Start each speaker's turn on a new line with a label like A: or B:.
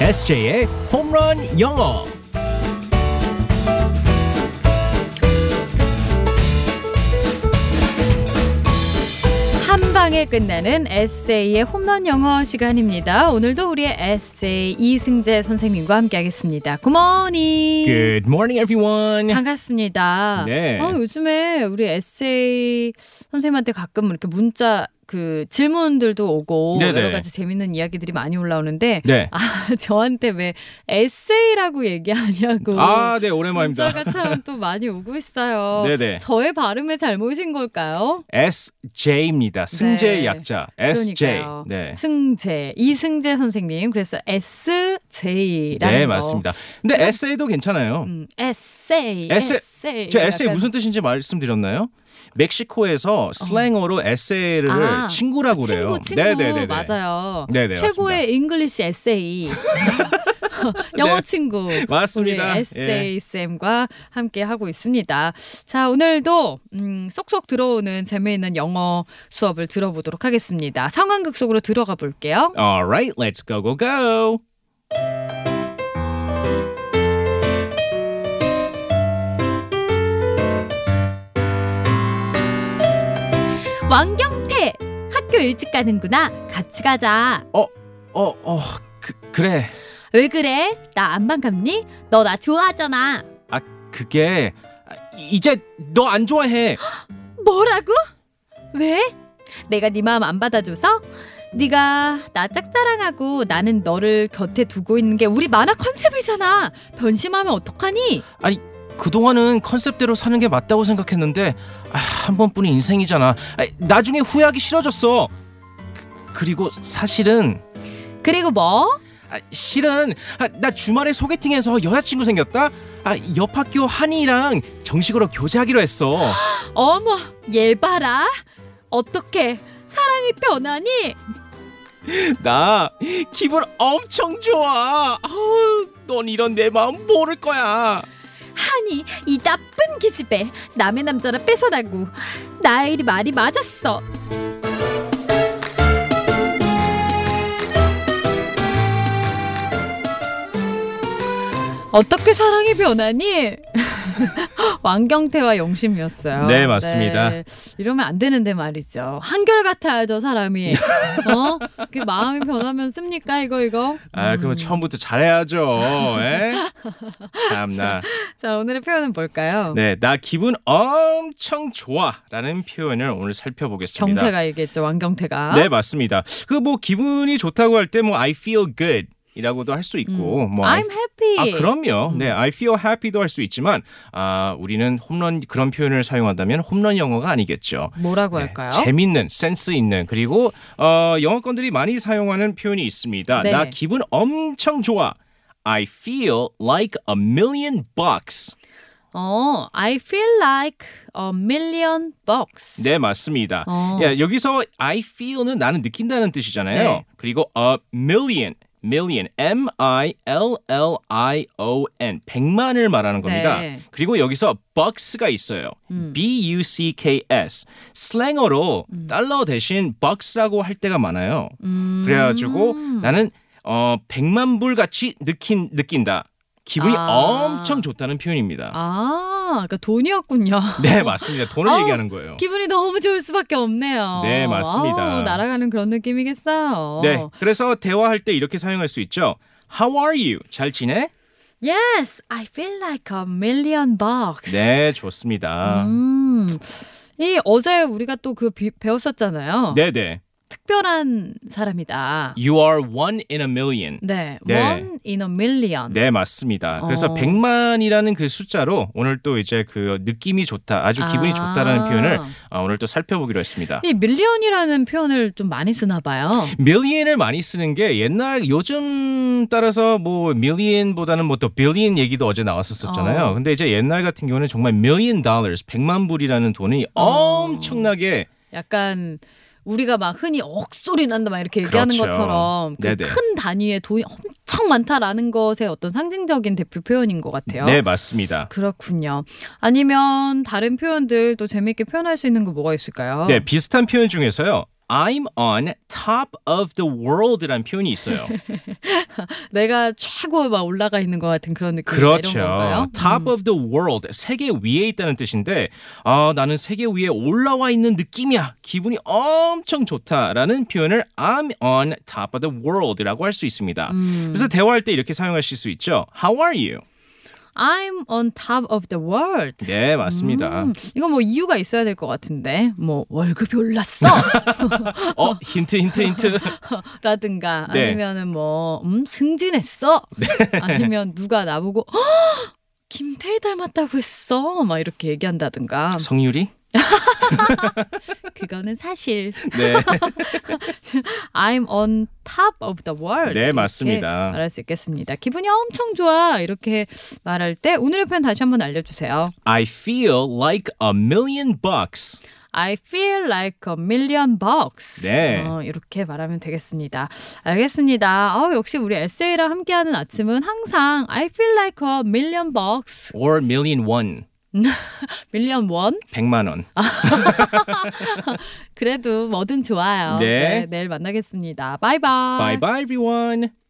A: SJ의 홈런 영어.
B: 한 방에 끝나는 에세이의 홈런 영어 시간입니다. 오늘도 우리의 에세이 이승재 선생님과 함께하겠습니다. 굿모닝.
A: Good morning, everyone.
B: 반갑습니다.
A: 네.
B: 어, 요즘에 우리 에세이 선생님한테 가끔 이렇게 문자 그 질문들도 오고
A: 네네.
B: 여러 가지 재밌는 이야기들이 많이 올라오는데
A: 네.
B: 아, 저한테 왜 에세이라고 얘기하냐고
A: 아, 네, 오랜만입니다.
B: 그 문자가 참 또 많이 오고 있어요.
A: 네네.
B: 저의 발음에 잘못인 걸까요?
A: SJ입니다. 승재의
B: 네.
A: 약자. SJ.
B: 그러니까요.
A: 네.
B: 승재 이승재 선생님 그래서 S J라는
A: 네, 맞습니다. 근데 에세이도 괜찮아요.
B: 음, 에세이
A: 에세-
B: 에세이
A: 제 에세이
B: 약간
A: 무슨 뜻인지 말씀드렸나요? 멕시코에서 슬랭어로 에세이를
B: 아,
A: 친구라고 그래요.
B: 친구 친구
A: 네네네네.
B: 맞아요.
A: 네네,
B: 최고의 잉글리시 에세이 영어
A: 네.
B: 친구
A: 맞습니다.
B: 우리
A: 예.
B: 에세이 쌤과 함께 하고 있습니다. 자 오늘도 음, 쏙쏙 들어오는 재미있는 영어 수업을 들어보도록 하겠습니다. 상황극 속으로 들어가 볼게요.
A: All right, let's go go go.
B: 왕경태 학교 일찍 가는구나. 같이 가자.
A: 어, 어, 그, 그래.
B: 왜 그래? 나 안방 갑니? 너 나 좋아하잖아.
A: 그게 아, 이제 너 안 좋아해.
B: 뭐라고? 왜? 내가 네 마음 안 받아줘서? 네가 나 짝사랑하고 나는 너를 곁에 두고 있는 게 우리 만화 컨셉이잖아. 변심하면 어떡하니?
A: 그동안은 컨셉대로 사는 게 맞다고 생각했는데 아, 한 번뿐인 인생이잖아. 아, 나중에 후회하기 싫어졌어. 그, 리고 사실은
B: 그리고 뭐?
A: 아, 실은 아, 나 주말에 소개팅해서 여자친구 생겼다. 아, 옆 학교 한이랑 정식으로 교제하기로 했어.
B: 어머, 얘 봐라. 어떻게 사랑이 변하니?
A: 나 기분 엄청 좋아. 아우, 넌 이런 내 마음 모를 거야.
B: 하니 이 나쁜 기집애 남의 남자나 뺏어다구 나의 일이 말이 맞았어. 어떻게 사랑이 변하니? 왕경태와 용심이었어요.
A: 네, 맞습니다.
B: 네, 이러면 안 되는데 말이죠. 한결 같아야죠
A: 네.
B: 사람이. 어? 그 마음이 변하면 씁니까 이거 이거?
A: 아,
B: 음.
A: 그럼 처음부터 잘해야죠. 에? 참나.
B: 자 오늘의 표현은 뭘까요?
A: 네, 나 기분 엄청 좋아라는 표현을 오늘 살펴보겠습니다.
B: 경태가 얘기했죠 왕경태가.
A: 네, 맞습니다. 그 뭐 기분이 좋다고 할 때 뭐 I feel good 이라고도 할 수 있고 뭐 I-
B: 음. I'm happy.
A: 아 그럼요.
B: 음.
A: 네, I feel happy도 할 수 있지만 아 우리는 홈런 그런 표현을 사용한다면 홈런 영어가 아니겠죠.
B: 뭐라고
A: 네,
B: 할까요?
A: 재밌는 센스 있는 그리고 어, 영어권들이 많이 사용하는 표현이 있습니다.
B: 네.
A: 나 기분 엄청 좋아. I feel like a million bucks.
B: 어, I feel like a million bucks.
A: 네 맞습니다.
B: 어.
A: 예, 여기서 I feel는 나는 느낀다는 뜻이잖아요.
B: 네.
A: 그리고 a million, million, M I L L I O N, 백만을 말하는 겁니다.
B: 네.
A: 그리고 여기서 bucks가 있어요.
B: 음.
A: B U C K S. 슬랭어로 달러 대신 bucks라고 할 때가 많아요.
B: 음.
A: 그래가지고 나는 어 백만 불 같이 느낀 느낀다. 기분이
B: 아.
A: 엄청 좋다는 표현입니다.
B: 아, 그러니까 돈이었군요.
A: 네 맞습니다. 돈을
B: 아우,
A: 얘기하는 거예요.
B: 기분이 너무 좋을 수밖에 없네요.
A: 네, 맞습니다.
B: 아우, 날아가는 그런 느낌이겠어요.
A: 네, 그래서 대화할 때 이렇게 사용할 수 있죠. How are you? 잘 지내?
B: Yes, I feel like a million bucks.
A: 네, 좋습니다.
B: 음. 이 어제 우리가 또 그 배웠었잖아요.
A: 네, 네.
B: 특별한 사람이다.
A: You are one in a million.
B: 네.
A: 네.
B: One in a million.
A: 네, 맞습니다. 그래서
B: 어.
A: 백만이라는그 숫자로 오늘 또 이제 그 느낌이 좋다, 아주 기분이
B: 아.
A: 좋다라는 표현을 아, 오늘 또 살펴보기로 했습니다.
B: 이 밀리언이라는 표현을 좀 많이 쓰나 봐요.
A: 밀리언을 많이 쓰는 게 옛날 요즘 따라서 뭐 밀리언보다는 뭐또 빌리언 얘기도 어제 나왔었잖아요.
B: 어.
A: 근데 이제 옛날 같은 경우는 정말 밀리언 달러스, 100만 불이라는 돈이
B: 어.
A: 엄청나게
B: 약간 우리가 막 흔히 억소리 난다 막 이렇게 얘기하는
A: 그렇죠.
B: 것처럼 그
A: 네네.
B: 큰 단위의 돈이 엄청 많다라는 것의 어떤 상징적인 대표 표현인 것 같아요.
A: 네, 맞습니다.
B: 그렇군요. 아니면 다른 표현들 또 재밌게 표현할 수 있는 거 뭐가 있을까요?
A: 네, 비슷한 네, 표현 중에서요. I'm on top of the world이라는 표현이 있어요.
B: 내가 최고 막 올라가 있는 것 같은 그런 느낌 이런 건가요?
A: 그렇죠. Top
B: 음.
A: of the world 세계 위에 있다는 뜻인데 아 나는 세계 위에 올라와 있는 느낌이야. 기분이 엄청 좋다라는 표현을 I'm on top of the world이라고 할 수 있습니다.
B: 음.
A: 그래서 대화할 때 이렇게 사용하실 수 있죠. How are you?
B: I'm on top of the world.
A: 네 맞습니다.
B: 음, 이거 뭐 이유가 있어야 될 것 같은데 뭐 월급이 올랐어
A: 어 힌트 힌트 힌트.
B: 라든가
A: 네.
B: 아니면은 뭐 음, 승진했어 아니면 누가 나보고 "허! 김태희 닮았다고 했어 막 이렇게 얘기한다든가 뭐
A: 성유리?
B: 그거는 사실
A: 네.
B: I'm on top of the world
A: 네
B: 이렇게
A: 맞습니다.
B: 말할 수 있겠습니다 기분이 엄청 좋아 이렇게 말할 때 오늘의 표현 다시 한번 알려주세요
A: I feel like a million bucks.
B: I feel like a million bucks.
A: 네.
B: 어, 이렇게 말하면 되겠습니다. 알겠습니다. 어, 역시 우리 에세이랑 함께하는 아침은 항상 I feel like a million bucks,
A: or million one.
B: million one.
A: 100만 원.
B: 그래도 뭐든 좋아요.
A: 네.
B: 네, 내일 만나겠습니다. 바이바이.
A: Bye bye everyone.